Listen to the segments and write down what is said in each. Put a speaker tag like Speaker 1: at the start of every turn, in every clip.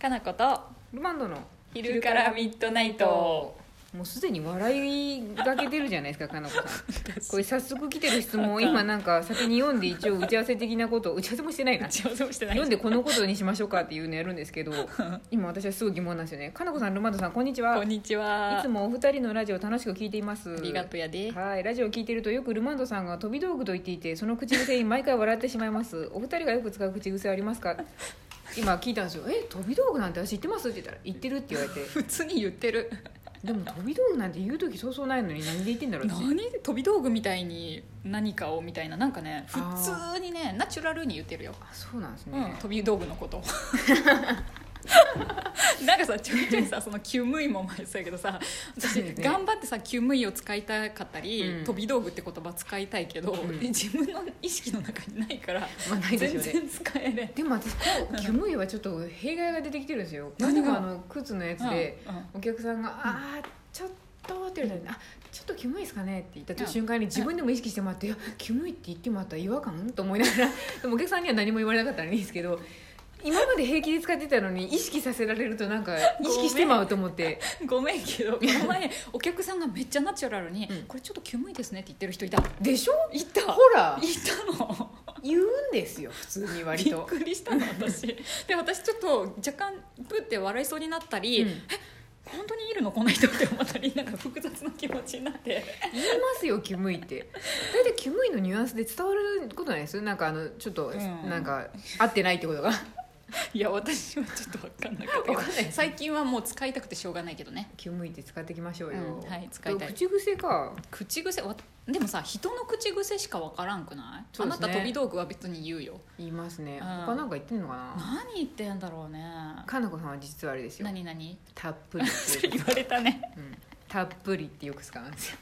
Speaker 1: かなこと
Speaker 2: ルマンドの
Speaker 1: 昼からミッドナイ ト
Speaker 2: もうすでに笑いがけてるじゃないですかかな こさんこれ早速来てる質問を
Speaker 1: あかん
Speaker 2: 今なんか先に読んで一応打ち合わせ的なこと打ち合わせもしてないな
Speaker 1: 打ち合わせもしてない
Speaker 2: 読んでこのことにしましょうかっていうのやるんです けど今私はすごい疑問なんですよねかなこさんルマンドさんこんにちは
Speaker 1: こんにちはい
Speaker 2: つもお二人のラジオ楽しく聞いています
Speaker 1: ありがとうやで
Speaker 2: はい、ラジオを聞いてるとよくルマンドさんが飛び道具と言っていてその口癖に毎回笑ってしまいますお二人がよく使う口癖あ りますか今聞いたんですよ「え飛び道具なんて私言ってます?」って言ったら「言ってる」って言われて
Speaker 1: 普通に言ってる
Speaker 2: でも飛び道具なんて言う時そうそうないのに何で言ってんだろうって
Speaker 1: 何飛び道具みたいに何かをみたいななんかね
Speaker 2: あ
Speaker 1: 普
Speaker 2: ー
Speaker 1: 通にねナチュラルに言ってるよ、
Speaker 2: あそうなんです
Speaker 1: うん
Speaker 2: ね、
Speaker 1: 飛び道具のこと なんかさちょいちょいさその救務員も前そうやけどさ私、
Speaker 2: そうですね
Speaker 1: 頑張ってさ救務員を使いたかったり、
Speaker 2: うん
Speaker 1: 飛び道具って言葉使いたいけど、
Speaker 2: ん
Speaker 1: 自分の意識の中にないから
Speaker 2: まあないでし
Speaker 1: 全
Speaker 2: ょう
Speaker 1: 然
Speaker 2: ね
Speaker 1: 使えれん
Speaker 2: でも私こうキムイはちょっと弊害が出てきてるんですよ
Speaker 1: 何
Speaker 2: 何
Speaker 1: が
Speaker 2: かあの靴のやつで、
Speaker 1: うんうん
Speaker 2: お客さんが「あーちょっと」って言われたら「あちょっとキムイですかね」って言った瞬間に自分でも意識してもらって「いやキムイって言ってもらったら違和感?」と思いながら でもお客さんには何も言われなかったらいいんですけど今まで平気で使ってたのに意識させられるとなんか意識してまうと思 って
Speaker 1: ごめんけどこの前お客さんがめっちゃナチュラルに
Speaker 2: うん
Speaker 1: 「これちょっとキュムいですね」って言ってる人いたい
Speaker 2: でしょ
Speaker 1: たい
Speaker 2: ほら
Speaker 1: たの
Speaker 2: 言うんですよ普通に割
Speaker 1: びっ
Speaker 2: と。
Speaker 1: くりしたの私で私ちょっと若干プって笑いそうになったり、
Speaker 2: うん
Speaker 1: え本当にいるのこの人って思ったりなんか複雑な気持ちになって
Speaker 2: 言いますよキムイって大体キムイのニュアンスで伝わることないですなんかあのちょっと、
Speaker 1: うん
Speaker 2: なんか合ってないってことが
Speaker 1: いや私はちょっと分かんなかったけ
Speaker 2: わ
Speaker 1: ど
Speaker 2: かんない
Speaker 1: 最近はもう使いたくてしょうがないけどね
Speaker 2: キムイって使っていきましょうよ、
Speaker 1: うんはい使いたい
Speaker 2: 口癖か
Speaker 1: 口癖わでもさ人の口癖しか分からんくない、
Speaker 2: そ
Speaker 1: あ
Speaker 2: うで
Speaker 1: な
Speaker 2: すね
Speaker 1: た飛び道具は別に言うよ
Speaker 2: 言いますね、
Speaker 1: うん
Speaker 2: 他なんか言ってんのかな
Speaker 1: 何言ってんだろうね
Speaker 2: かなこさんは実はあれですよ
Speaker 1: 何何
Speaker 2: たっぷりっ
Speaker 1: そ
Speaker 2: て
Speaker 1: れ
Speaker 2: いう、
Speaker 1: 言われたね
Speaker 2: うん、たっぷりってよく使うんですよ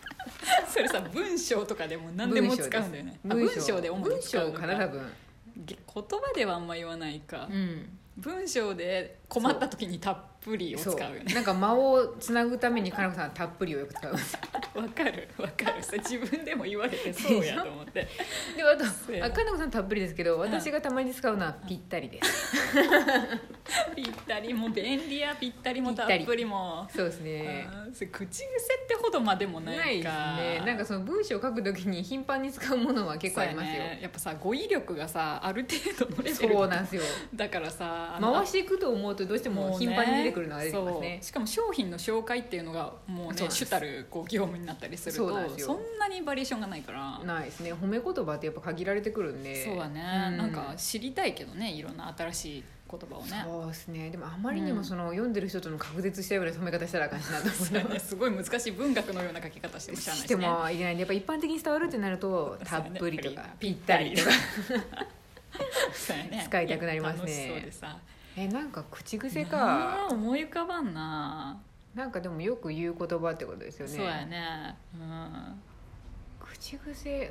Speaker 1: それさ文章とかでも何でも使うんだよねあ文章で主に
Speaker 2: 文
Speaker 1: 使う
Speaker 2: 章
Speaker 1: の
Speaker 2: か
Speaker 1: か
Speaker 2: な多分
Speaker 1: 言葉ではあんま言わないか、
Speaker 2: うん
Speaker 1: 文章で困った時にたっぷりを使
Speaker 2: そうう
Speaker 1: よね
Speaker 2: なんか間をつなぐためにかなこさんはたっぷりをよく使うんですよ
Speaker 1: わかるわかるさ自分でも言われてそうやと思 って
Speaker 2: であと
Speaker 1: そうや
Speaker 2: あかなこさんたっぷりですけど私がたまに使うのはぴったりです
Speaker 1: ぴったりも便利やぴったりもたっぷりも
Speaker 2: そうですね。
Speaker 1: あーそれ口癖ってほどまでも
Speaker 2: な
Speaker 1: ない
Speaker 2: い
Speaker 1: か
Speaker 2: ですね。なんかその文章を書くときに頻繁に使うものは結構あります
Speaker 1: そう
Speaker 2: よ
Speaker 1: や。ねやっぱさ語彙力がさある程度のレベル
Speaker 2: そうなんですよ。
Speaker 1: だからさあの
Speaker 2: 回していくと思うとどうしても頻繁に出てくるのが出てきますね
Speaker 1: そう。しかも商品の紹介っていうのがもう
Speaker 2: そ
Speaker 1: ね
Speaker 2: うなんです
Speaker 1: 主たるこう業務になったりする
Speaker 2: そうなんで
Speaker 1: と
Speaker 2: すよ
Speaker 1: そんなにバリエーションがないから
Speaker 2: ないですね。褒め言葉ってやっぱ限られてくるんで。
Speaker 1: そうだね、
Speaker 2: うん
Speaker 1: なんか知りたいけどねいろんな新しい言葉をね
Speaker 2: そうですね。でもあまりにもその読んでる人との隔絶したような褒め方したらあかんしなと
Speaker 1: そう
Speaker 2: 思
Speaker 1: だ
Speaker 2: いま
Speaker 1: ね
Speaker 2: す。
Speaker 1: すごい難しい文学のような書き方しても知らない
Speaker 2: してもいけないんでやっぱ一般的に伝わるってなると
Speaker 1: そうだ
Speaker 2: たっ
Speaker 1: ね
Speaker 2: ぷりとか
Speaker 1: ぴ
Speaker 2: ぴ
Speaker 1: っ
Speaker 2: ったた
Speaker 1: り
Speaker 2: り
Speaker 1: と
Speaker 2: と
Speaker 1: か
Speaker 2: か
Speaker 1: そうやね
Speaker 2: 使いたくなりますね
Speaker 1: いや楽しそう
Speaker 2: えなんか口癖
Speaker 1: でさなあ
Speaker 2: か
Speaker 1: 思い浮かばんな、
Speaker 2: なんかでもよく言う言葉ってことですよね
Speaker 1: そうやねうんわ
Speaker 2: 口癖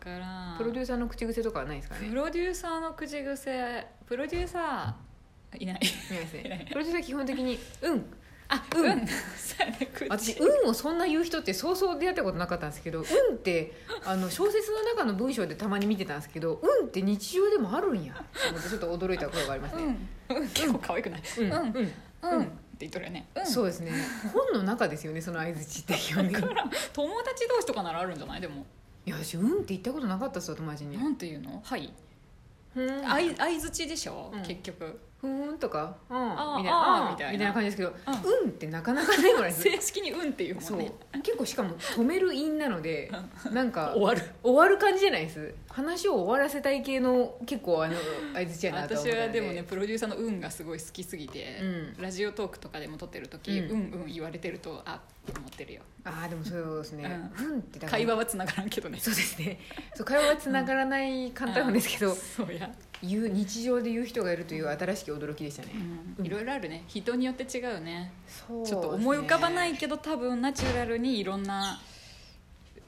Speaker 1: からん
Speaker 2: プロデューサーの口癖とかはないですかね
Speaker 1: プロデューサーの口癖プロデューサーいない
Speaker 2: いないです
Speaker 1: いない
Speaker 2: ねプロデューサー基本的に「うん
Speaker 1: あ
Speaker 2: うん
Speaker 1: そうやね口」
Speaker 2: 私「うん」をそんな言う人ってそうそう出会ったことなかったんですけど「うん」ってあの小説の中の文章でたまに見てたんですけど「うん」って日常でもあるんやと思ってちょっと驚いたことがあります
Speaker 1: う
Speaker 2: ね
Speaker 1: ん、うん、結構可愛くない
Speaker 2: う
Speaker 1: う
Speaker 2: ん、うんん
Speaker 1: うん、
Speaker 2: うん
Speaker 1: って言っとるよね、うん、
Speaker 2: そうですね本の中ですよねその相づちって基本的に
Speaker 1: 友達同士とかならあるんじゃないでも
Speaker 2: いや私「うん」って言ったことなかったっすよ友達に
Speaker 1: なんていうのはい
Speaker 2: 「ふーん」
Speaker 1: 相づちでしょ、
Speaker 2: うん
Speaker 1: 結局
Speaker 2: ふーんとか「うん」
Speaker 1: あ
Speaker 2: みたい
Speaker 1: あ
Speaker 2: な「
Speaker 1: み
Speaker 2: み
Speaker 1: たいな
Speaker 2: たいな感じですけど「
Speaker 1: う
Speaker 2: うん」ってなかなかないもらいです
Speaker 1: 正式に「うん」っていうも
Speaker 2: そ
Speaker 1: ん
Speaker 2: う
Speaker 1: ね
Speaker 2: 結構しかも止める因なのでなんか
Speaker 1: 終わる
Speaker 2: 終わる感じじゃないです話を終わらせたい系の結構あの相づちやなと思っ
Speaker 1: 私
Speaker 2: たの
Speaker 1: はでもねプロデューサーの「うん」がすごい好きすぎて、
Speaker 2: うん
Speaker 1: ラジオトークとかでも撮ってる時「う
Speaker 2: うん
Speaker 1: んうん」言われてるとあって思ってるよ
Speaker 2: ああでもそうですね
Speaker 1: う
Speaker 2: 「うん」ってだから
Speaker 1: 会話はつながらんけどね
Speaker 2: そうですねそう会話はつながらない簡単なんですけ ど、
Speaker 1: そうや、
Speaker 2: 言う日常で言う人がいるという新しき驚きでしたね、
Speaker 1: うんいろいろあるね人によって違うね
Speaker 2: そうです
Speaker 1: ちょ
Speaker 2: ね
Speaker 1: っと思い浮かばないけど多分ナチュラルにいろんな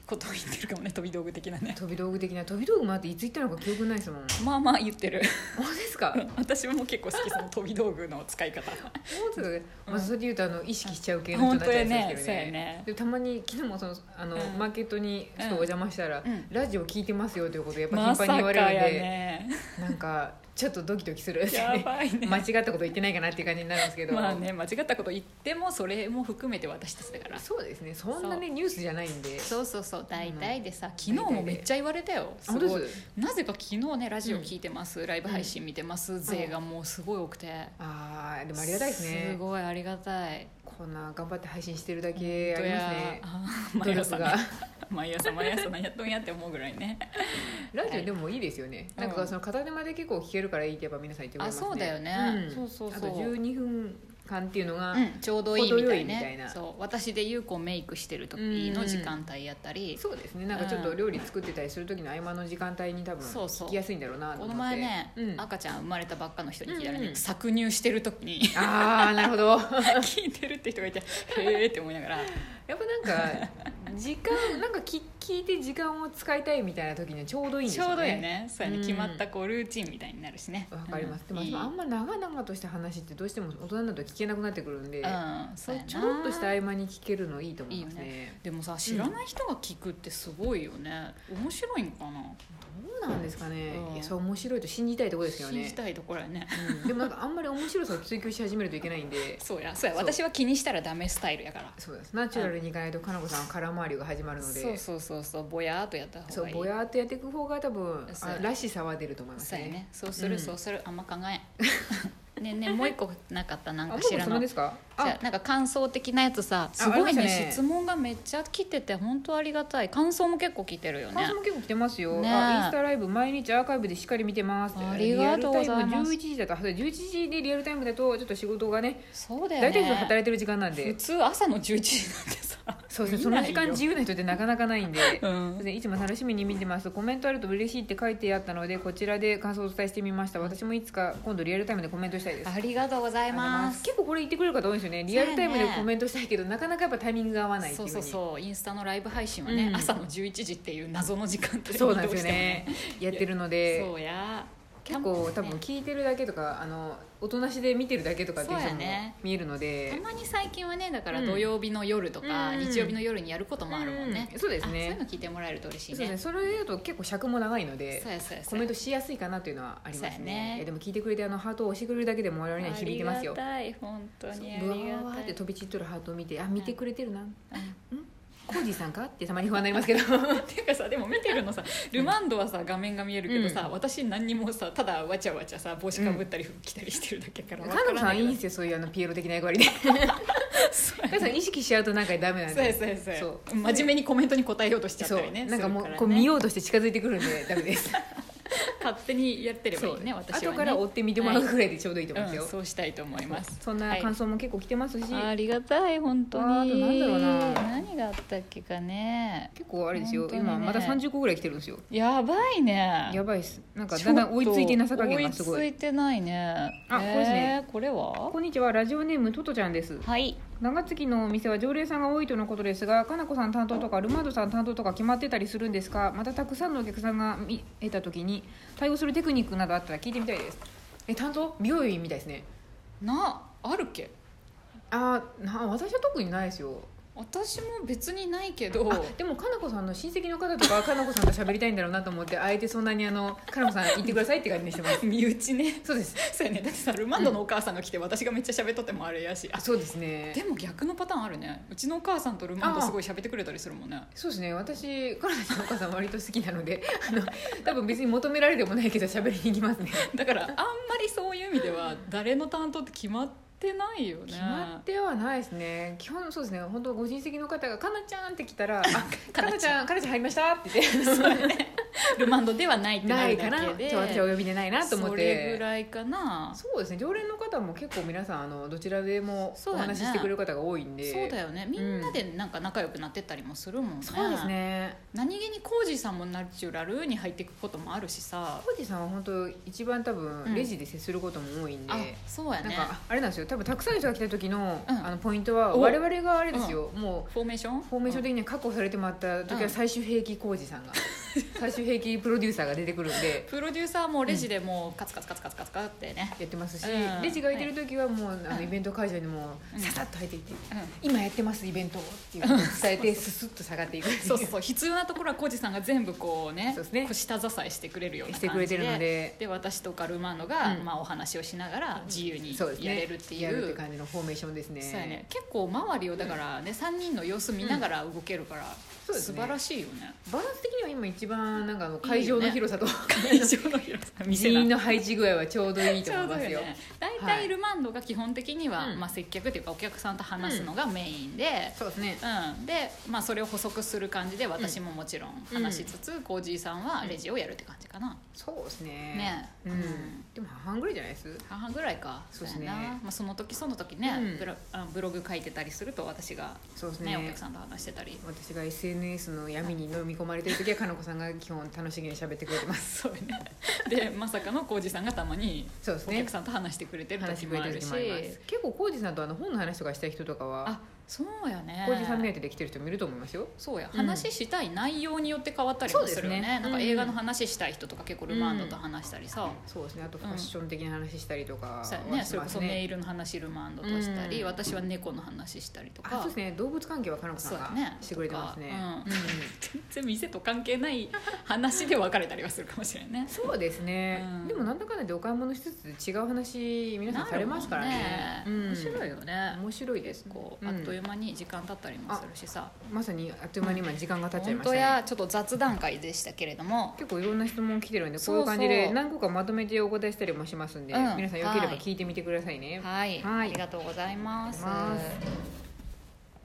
Speaker 1: ことを言ってるかもね飛び道具的なね
Speaker 2: 飛び道具的な飛び道具もあっていつ言ったのか記憶ないですもん
Speaker 1: まあまあ言ってる
Speaker 2: 本当ですか
Speaker 1: うん私も結構好きその飛び道具の使い方
Speaker 2: もうちょっとねまあ、それで言うとあの意識しちゃう系の
Speaker 1: 本
Speaker 2: 人になっ
Speaker 1: 当
Speaker 2: ちゃ
Speaker 1: や
Speaker 2: いそう
Speaker 1: ね
Speaker 2: です
Speaker 1: そうや
Speaker 2: けどね
Speaker 1: ね
Speaker 2: でたまに昨日もそのあの、
Speaker 1: うん
Speaker 2: マーケットにちょっとお邪魔したら、
Speaker 1: うん
Speaker 2: ラジオ聞いてますよということでやっ ぱ
Speaker 1: ま
Speaker 2: 頻
Speaker 1: さ
Speaker 2: 繁
Speaker 1: か
Speaker 2: に言われるん
Speaker 1: や
Speaker 2: で、
Speaker 1: ね
Speaker 2: なんかちょっとドキドキするんですよ
Speaker 1: や
Speaker 2: ね
Speaker 1: ばいね
Speaker 2: 間違ったこと言ってないかなっていう感じになるんですけど
Speaker 1: まあね間違ったこと言ってもそれも含めて私たちだから
Speaker 2: そうですねそんなねニュースじゃないんで
Speaker 1: そうそうそう大体でさ、昨日
Speaker 2: 大体
Speaker 1: も
Speaker 2: で
Speaker 1: めっちゃ言われたよす
Speaker 2: 本当
Speaker 1: ごい
Speaker 2: です
Speaker 1: なぜか昨日ねラジオ聞いてます、ライブ配信見てます、勢がもうすごい多くて、
Speaker 2: あーでもありがたいですね
Speaker 1: すごいありがたい
Speaker 2: こんな頑張って配信してるだけありますね
Speaker 1: 本当
Speaker 2: 努
Speaker 1: やあー毎
Speaker 2: 力
Speaker 1: 朝
Speaker 2: が
Speaker 1: ね 毎朝毎朝何やっとんやって思うぐらいね
Speaker 2: ラジオでもいいですよね、
Speaker 1: はい
Speaker 2: なんかその片手間で結構聞けるからいいってやっぱ皆さん言ってくれますね
Speaker 1: あそうだよね
Speaker 2: ん
Speaker 1: そうそうそう
Speaker 2: あと12分間っていうのが、
Speaker 1: うんちょうどいいみたい
Speaker 2: 程よいみたい
Speaker 1: ね
Speaker 2: な
Speaker 1: そう私で優子メイクしてる時の時間帯やったり、
Speaker 2: そうですねなんかちょっと料理作ってたりする時の合間の時間帯に多分
Speaker 1: そうそう
Speaker 2: 聞きやすいんだろうなと
Speaker 1: こ
Speaker 2: 思って
Speaker 1: の前ね、
Speaker 2: うん、あ
Speaker 1: 赤ちゃん生まれたばっかの人にいきなりね、
Speaker 2: うんうん
Speaker 1: 搾乳してる時 に
Speaker 2: あーなるほど やっ
Speaker 1: 聞いてるって人がいてへえって思いながら
Speaker 2: ぱなんか時間なんか聞聞いて時間を使いたいみたいな時にはちょうどいいんで
Speaker 1: ち
Speaker 2: すよね
Speaker 1: ょうどいいねそうやね、
Speaker 2: うん
Speaker 1: 決まったこうルーチンみたいになるしね
Speaker 2: わかります、
Speaker 1: うん、
Speaker 2: でもあ
Speaker 1: いい
Speaker 2: んま長々とした話ってどうしても大人になると聞けなくなってくるんで、
Speaker 1: うん
Speaker 2: そ
Speaker 1: そうう
Speaker 2: い
Speaker 1: や
Speaker 2: う
Speaker 1: な
Speaker 2: ちょろっとした合間に聞けるのいいと思いますね
Speaker 1: いいでもさ知らない人が聞くってすごいよね面白いのかな、
Speaker 2: どうなんですかね、
Speaker 1: うん
Speaker 2: いやそう面白いと信じたいところですよ
Speaker 1: 信
Speaker 2: ね
Speaker 1: じ、たいところやね
Speaker 2: うんでもなんかあんまり面白さを追求し始めるといけないんで
Speaker 1: そうやそうや
Speaker 2: そう
Speaker 1: 私は気にしたらダメスタイルやから
Speaker 2: そうですナチュラルにいかないとかなこさんは空回りが始まるので
Speaker 1: そうそうそうそうぼやーっとやった方
Speaker 2: そ
Speaker 1: が
Speaker 2: う
Speaker 1: いい
Speaker 2: ぼやーっとやっていく方が多分
Speaker 1: そう
Speaker 2: あらしさは出ると思います
Speaker 1: そうや
Speaker 2: ね
Speaker 1: ねそうする、
Speaker 2: うん
Speaker 1: そうするあんま考えん ねえねえもう一個なかったな
Speaker 2: あ
Speaker 1: ん
Speaker 2: もう
Speaker 1: か知ら
Speaker 2: その
Speaker 1: ない
Speaker 2: ですか
Speaker 1: じゃ
Speaker 2: あ
Speaker 1: あなんか感想的なやつさすごい
Speaker 2: ああり
Speaker 1: ね
Speaker 2: ましたね
Speaker 1: 質問がめっちゃ来てて本当ありがたい感想も結構来てるよ
Speaker 2: 感
Speaker 1: ね
Speaker 2: 想も結構来てますよ、
Speaker 1: ね
Speaker 2: あインスタライブ毎日アーカイブでしっかり見てます
Speaker 1: ありがとうございます
Speaker 2: リアルタイム11時だとあそう11時でリアルタイムだとちょっと仕事がね
Speaker 1: そうだよね
Speaker 2: 大体いつも働いてる時間なん
Speaker 1: 普
Speaker 2: で
Speaker 1: 通朝の11時なんてさ
Speaker 2: そうですねその時
Speaker 1: 見ない
Speaker 2: 間
Speaker 1: よ
Speaker 2: 自由な人ってなかなかないんで
Speaker 1: うん
Speaker 2: でいつも楽しみに見てますコメントあると嬉しいって書いてあったのでこちらで感想をお伝えしてみました私もいつか今度リアルタイムでコメントしたいです
Speaker 1: ありがとうございます
Speaker 2: 結構これ言ってくれる方多いんですよねリアルタイムでコメントしたいけど、なかなかやっぱタイミングが合わないって
Speaker 1: そ
Speaker 2: いう
Speaker 1: う
Speaker 2: ふ
Speaker 1: そう
Speaker 2: うに
Speaker 1: そうインスタのライブ配信はね、
Speaker 2: うん
Speaker 1: 朝の11時っていう謎の時間帯に
Speaker 2: そうなんですよ
Speaker 1: 移
Speaker 2: ね
Speaker 1: 動して
Speaker 2: やってるの
Speaker 1: もね
Speaker 2: で
Speaker 1: そうや
Speaker 2: 結構多
Speaker 1: ね
Speaker 2: 分聞いてるだけとかあの音なしで見てるだけとかっていう人
Speaker 1: そう
Speaker 2: も
Speaker 1: やね
Speaker 2: 見えるので
Speaker 1: たまに最近はねだから
Speaker 2: うん
Speaker 1: 土曜日の夜とか、
Speaker 2: うん
Speaker 1: 日曜日の夜にやることもあるもんね、
Speaker 2: うんそうです
Speaker 1: あ
Speaker 2: ね
Speaker 1: そういうの聞いてもらえると嬉しい
Speaker 2: そ
Speaker 1: う
Speaker 2: です
Speaker 1: ね
Speaker 2: ねそれだと結構尺も長いので
Speaker 1: そうやそうや
Speaker 2: コ
Speaker 1: そうや
Speaker 2: メントしやすいかなというのはあります
Speaker 1: そうや
Speaker 2: ね
Speaker 1: ね
Speaker 2: いやでも聞いてくれてあのハートを押してくれるだけでも我々には響いてますよ
Speaker 1: ありがたい本当にあ
Speaker 2: ブワ
Speaker 1: り
Speaker 2: ー
Speaker 1: が
Speaker 2: ったて
Speaker 1: い
Speaker 2: 飛び散っとるハートを見てあ見てくれてるな、うん、コージーさんかってたまに不安になりますけど
Speaker 1: ていうかさでも見てるのさルマンドはさ画面が見えるけどさ、
Speaker 2: う
Speaker 1: 私何にもさただわちゃわちゃさ帽子かぶったり服着たりしてるだけやからわ
Speaker 2: カノ
Speaker 1: ら
Speaker 2: さ
Speaker 1: なん
Speaker 2: い
Speaker 1: け
Speaker 2: い
Speaker 1: ど
Speaker 2: んですよそういうあのピエロ的な役割で
Speaker 1: そう
Speaker 2: カノさん意識しちゃうとなんかダメなん
Speaker 1: そうや
Speaker 2: で
Speaker 1: そうやそうや
Speaker 2: そう
Speaker 1: 真面目にコメントに答えようとしちゃっ
Speaker 2: そ
Speaker 1: たり
Speaker 2: う
Speaker 1: ね
Speaker 2: なんかもう
Speaker 1: するらね
Speaker 2: こう見ようとして近づいてくるんでダメです
Speaker 1: 勝手にやってればい
Speaker 2: そ
Speaker 1: いうね私はね
Speaker 2: 後から追って見てもらうぐらいでちょうどいいと思います
Speaker 1: う
Speaker 2: よ
Speaker 1: ん、、そうしたいと思います
Speaker 2: そんな感想も結構来てますし、
Speaker 1: はいありがたい本当
Speaker 2: ああと
Speaker 1: に
Speaker 2: なんだろうな
Speaker 1: 何があったっけかね
Speaker 2: 結構あれですよ、
Speaker 1: 本当にね
Speaker 2: 今まだ30個ぐらい来てるんですよ
Speaker 1: やばいね
Speaker 2: やばいっすなんかだんだん追いついてなさ加減がすご
Speaker 1: 追
Speaker 2: い
Speaker 1: いついてないね
Speaker 2: あこれですね
Speaker 1: えーこれは
Speaker 2: こんにちはラジオネームトトちゃんです
Speaker 1: はい
Speaker 2: 長月のお店は常連さんが多いとのことですがかなこさん担当とかルマードさん担当とか決まってたりするんですかまたたくさんのお客さんが見えた時に対応するテクニックなどあったら聞いてみたいですえ担当美容院みたいですね
Speaker 1: なあるっけ
Speaker 2: あーな私は特にないですよ
Speaker 1: 私も別にないけど
Speaker 2: あでもかなこさんの親戚の方とかかなこさんと喋りたいんだろうなと思ってあえてそんなにあのかなこさん行ってくださいって感じにしてます
Speaker 1: 身内ね
Speaker 2: そうです
Speaker 1: そうやねだってさルマンドのお母さんが来て私がめっちゃ喋っとってもあれやし
Speaker 2: あそうですね
Speaker 1: でも逆のパターンあるねうちのお母さんとルマンドすごい喋ってくれたりするもんね
Speaker 2: そうですね私かなこさんのお母さん割と好きなのであの多分別に求められてもないけど喋りに行きますね
Speaker 1: だからあんまりそういう意味では誰の担当って決まってないよね
Speaker 2: 決まってはないですね基本そうですね本当ご親戚の方が「かなちゃん」って来た ら「あか
Speaker 1: か
Speaker 2: な
Speaker 1: な
Speaker 2: ち
Speaker 1: ち
Speaker 2: ゃんかなちゃん入りました」って言って
Speaker 1: ルマンドではないってな
Speaker 2: ない
Speaker 1: る
Speaker 2: か
Speaker 1: だ
Speaker 2: な
Speaker 1: けで
Speaker 2: ちょ私はお呼びでないなと思っ
Speaker 1: それぐ
Speaker 2: て
Speaker 1: らいかなそ
Speaker 2: そうですね常連の方も結構皆さんあのどちらでも
Speaker 1: そう
Speaker 2: お
Speaker 1: だね
Speaker 2: 話ししてくれる方が多いんで
Speaker 1: うだよねみんなでなんか仲良くなってったりもするもんね、
Speaker 2: そうですね
Speaker 1: 何気にコージーさんもナチュラルに入っていくこともあるしさ
Speaker 2: 浩次さんは本当一番多
Speaker 1: う
Speaker 2: 分
Speaker 1: ん
Speaker 2: レジで接することも多いんで、
Speaker 1: あそうや
Speaker 2: なん
Speaker 1: ね
Speaker 2: かあれなんですよ多分たくさんの人が来た時の,、
Speaker 1: うん
Speaker 2: あのポイントは
Speaker 1: お
Speaker 2: 我々があれですよ、もう
Speaker 1: フォーメーション
Speaker 2: フォーメーション
Speaker 1: で、
Speaker 2: 的には確保されてもらった時
Speaker 1: う
Speaker 2: は
Speaker 1: ん
Speaker 2: 最終兵器浩二さんが、最終兵器プロデューサーが出てくるんで
Speaker 1: プロデューサーもレジでもうカツカツカツカツカツカツってね、
Speaker 2: やってますし、
Speaker 1: うん
Speaker 2: レジが空いてる時はもう、あ
Speaker 1: う
Speaker 2: の
Speaker 1: ん
Speaker 2: イベント会場にも
Speaker 1: うん
Speaker 2: ささっと入っていって、
Speaker 1: うん
Speaker 2: 今やってますイベントをっていうことを伝えてススッと下がっていく
Speaker 1: そうそうそう必要なところはコージさんが全部こうね
Speaker 2: そうですね
Speaker 1: こう下支えしてくれるような
Speaker 2: し
Speaker 1: 感じで
Speaker 2: てくれてるので
Speaker 1: で私とカルマーノが、
Speaker 2: うん
Speaker 1: まあ、お話をしながら自由に
Speaker 2: そうですね
Speaker 1: やれるってい
Speaker 2: やる
Speaker 1: う,、
Speaker 2: って感じのフォーメーションですね
Speaker 1: そうやね結構周りをだからね、三3人の様子見ながら動けるから、
Speaker 2: そうです
Speaker 1: 素
Speaker 2: ね
Speaker 1: 晴らしいよ ね
Speaker 2: バランス的には今一番なんかあの会場の広さと
Speaker 1: 会場の広さ店
Speaker 2: 人
Speaker 1: が
Speaker 2: 員の配置具合はちょうどいいと
Speaker 1: ちょ
Speaker 2: 思
Speaker 1: う
Speaker 2: い
Speaker 1: ど
Speaker 2: ます
Speaker 1: いい
Speaker 2: よ
Speaker 1: よね大体、
Speaker 2: はい
Speaker 1: ルマンドが基本的には、
Speaker 2: うん
Speaker 1: まあ、接客というかお客さんと話すのがメインで、
Speaker 2: そうですね
Speaker 1: うん、で、まあ、それを補足する感じで私ももちろん話しつつ、コージーさんはレジをやるって感じかな、
Speaker 2: そうですね
Speaker 1: ね
Speaker 2: うん
Speaker 1: うん
Speaker 2: でも半々ぐらいじゃないです
Speaker 1: 半々ぐらいか
Speaker 2: そうですね
Speaker 1: やなまあ、その時その時ね、
Speaker 2: うん
Speaker 1: ブロあブログ書いてたりすると私が、
Speaker 2: そうです
Speaker 1: ね
Speaker 2: ね
Speaker 1: お客さんと話してたり
Speaker 2: 私が SNS の闇に飲み込まれてる時はかなこさんが基本楽しげに喋ってくれてます
Speaker 1: そうねでまさかの浩二さんがたまに
Speaker 2: そうです
Speaker 1: お
Speaker 2: ね
Speaker 1: 客さんと話してくれてる
Speaker 2: 話し
Speaker 1: 時
Speaker 2: てくれ
Speaker 1: もあ
Speaker 2: て
Speaker 1: る
Speaker 2: る
Speaker 1: し
Speaker 2: 時もあります結構浩二さんとあの本の話とかしたい人とかは
Speaker 1: あそうやね
Speaker 2: 浩二さん目当てで来てる人もいると思いますよ
Speaker 1: そうや
Speaker 2: うん
Speaker 1: 話したい内容によって変わったりもするよね
Speaker 2: そうですね
Speaker 1: なん
Speaker 2: う
Speaker 1: か
Speaker 2: ん
Speaker 1: 映画の話したい人とか結構ルマンドと話したりさ、
Speaker 2: そうですねあとファッション的な話したりとかはし
Speaker 1: そうやね
Speaker 2: ま
Speaker 1: それこ
Speaker 2: す
Speaker 1: そネイ
Speaker 2: ね
Speaker 1: ルの話ルマンドとしたり、
Speaker 2: うん
Speaker 1: 私は猫の話したりと
Speaker 2: あ
Speaker 1: か
Speaker 2: そうですね動物関係はかなこさん
Speaker 1: そうやね
Speaker 2: がしてくれてますね
Speaker 1: とか
Speaker 2: うん
Speaker 1: 全然店と関係ない話で別れたりはするかもしれないね
Speaker 2: そうですね
Speaker 1: うん
Speaker 2: でもなんだかんだでお買い物しつつ違う話皆さんされますからね
Speaker 1: なるもんね面白いよ
Speaker 2: よ
Speaker 1: ね
Speaker 2: 面白いです
Speaker 1: 結構
Speaker 2: うん
Speaker 1: あっという間に時間経ったりもするしさ、
Speaker 2: まさにあっという間に今時間が経っちゃい
Speaker 1: 本
Speaker 2: ました
Speaker 1: 当
Speaker 2: ね
Speaker 1: やちょっと雑談会でしたけれども
Speaker 2: 結構いろんな質問来てるんでこ
Speaker 1: そうそ
Speaker 2: ういうう感じで何個かまとめてお答えしたりもしますんで、
Speaker 1: うん
Speaker 2: 皆さんよけれ
Speaker 1: は
Speaker 2: ば
Speaker 1: い
Speaker 2: 聞いてみてくださいね。
Speaker 1: はい、
Speaker 2: はい
Speaker 1: ありがとうございます
Speaker 2: ありがとうござい